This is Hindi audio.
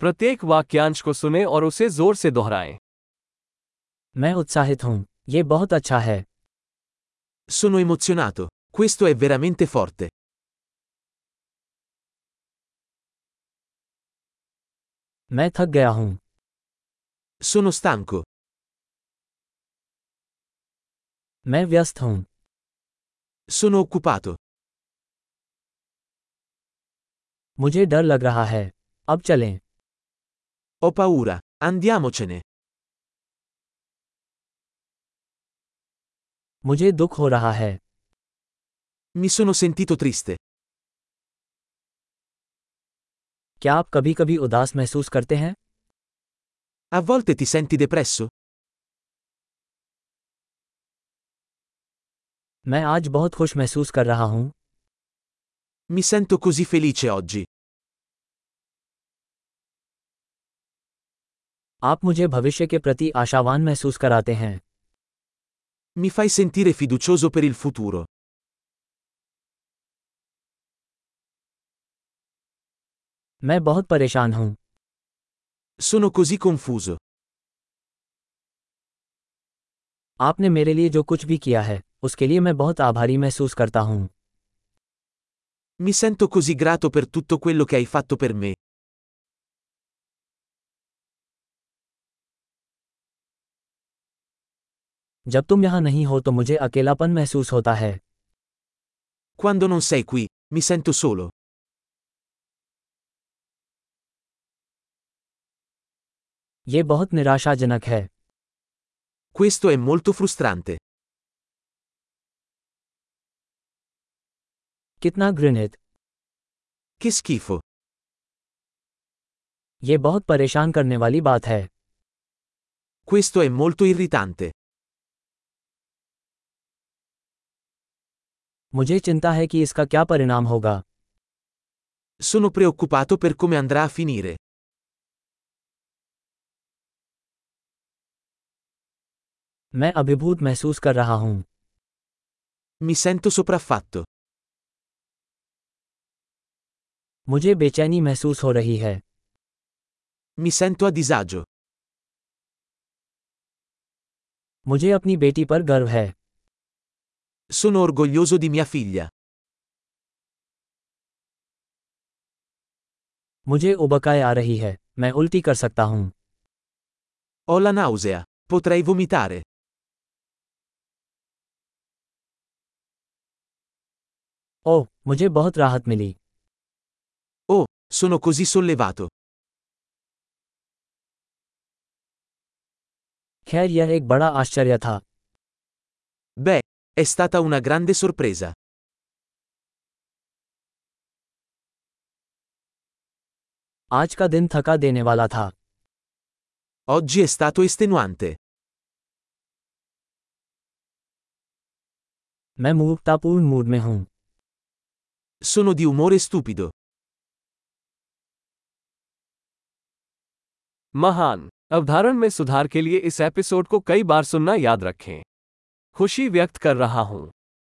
प्रत्येक वाक्यांश को सुने और उसे जोर से दोहराएं मैं उत्साहित हूँ ये बहुत अच्छा है Sono emozionato. Questo è veramente forte. मैं थक गया हूँ Sono stanco. मैं व्यस्त हूँ Sono occupato. मुझे डर लग रहा है अब चलें Ho paura. Andiamocene. मुझे दुख हो रहा है Mi sono sentito triste. क्या आप कभी कभी उदास महसूस करते हैं A volte ti senti depresso? मैं आज बहुत खुश महसूस कर रहा हूँ Mi sento così felice oggi. आप मुझे भविष्य के प्रति आशावान महसूस कराते हैं Mi fai sentire fiducioso per il futuro. मैं बहुत परेशान हूँ Sono così confuso. आपने मेरे लिए जो कुछ भी किया है उसके लिए मैं बहुत आभारी महसूस करता हूँ Mi sento così grato per tutto quello che hai fatto per me. जब तुम यहाँ नहीं हो तो मुझे अकेलापन महसूस होता है Quando non sei qui, mi sento solo. ये बहुत निराशाजनक है Questo è molto frustrante. कितना घृणित Che schifo. ये बहुत परेशान करने वाली बात है Questo è molto irritante. मुझे चिंता है कि इसका क्या परिणाम होगा Sono preoccupato per come andrà a finire. मैं अभिभूत महसूस कर रहा हूँ Mi sento sopraffatto. मुझे बेचैनी महसूस हो रही है Mi sento a disagio. मुझे अपनी बेटी पर गर्व है Sono orgoglioso di mia figlia. मुझे उबकाई आ रही है मैं उल्टी कर सकता हूँ Ho la nausea. Potrei vomitare. ओह मुझे बहुत राहत मिली Sono così sollevato. खैर यह एक बड़ा आश्चर्य था Beh, è stata una grande sorpresa. आज का दिन थका देने वाला था Oggi è stato estenuante. मैं मूर्खतापूर्ण मूड में हूँ Sono di umore stupido. महान अवधारण में सुधार के लिए इस एपिसोड को कई बार सुनना याद रखें खुशी व्यक्त कर रहा हूं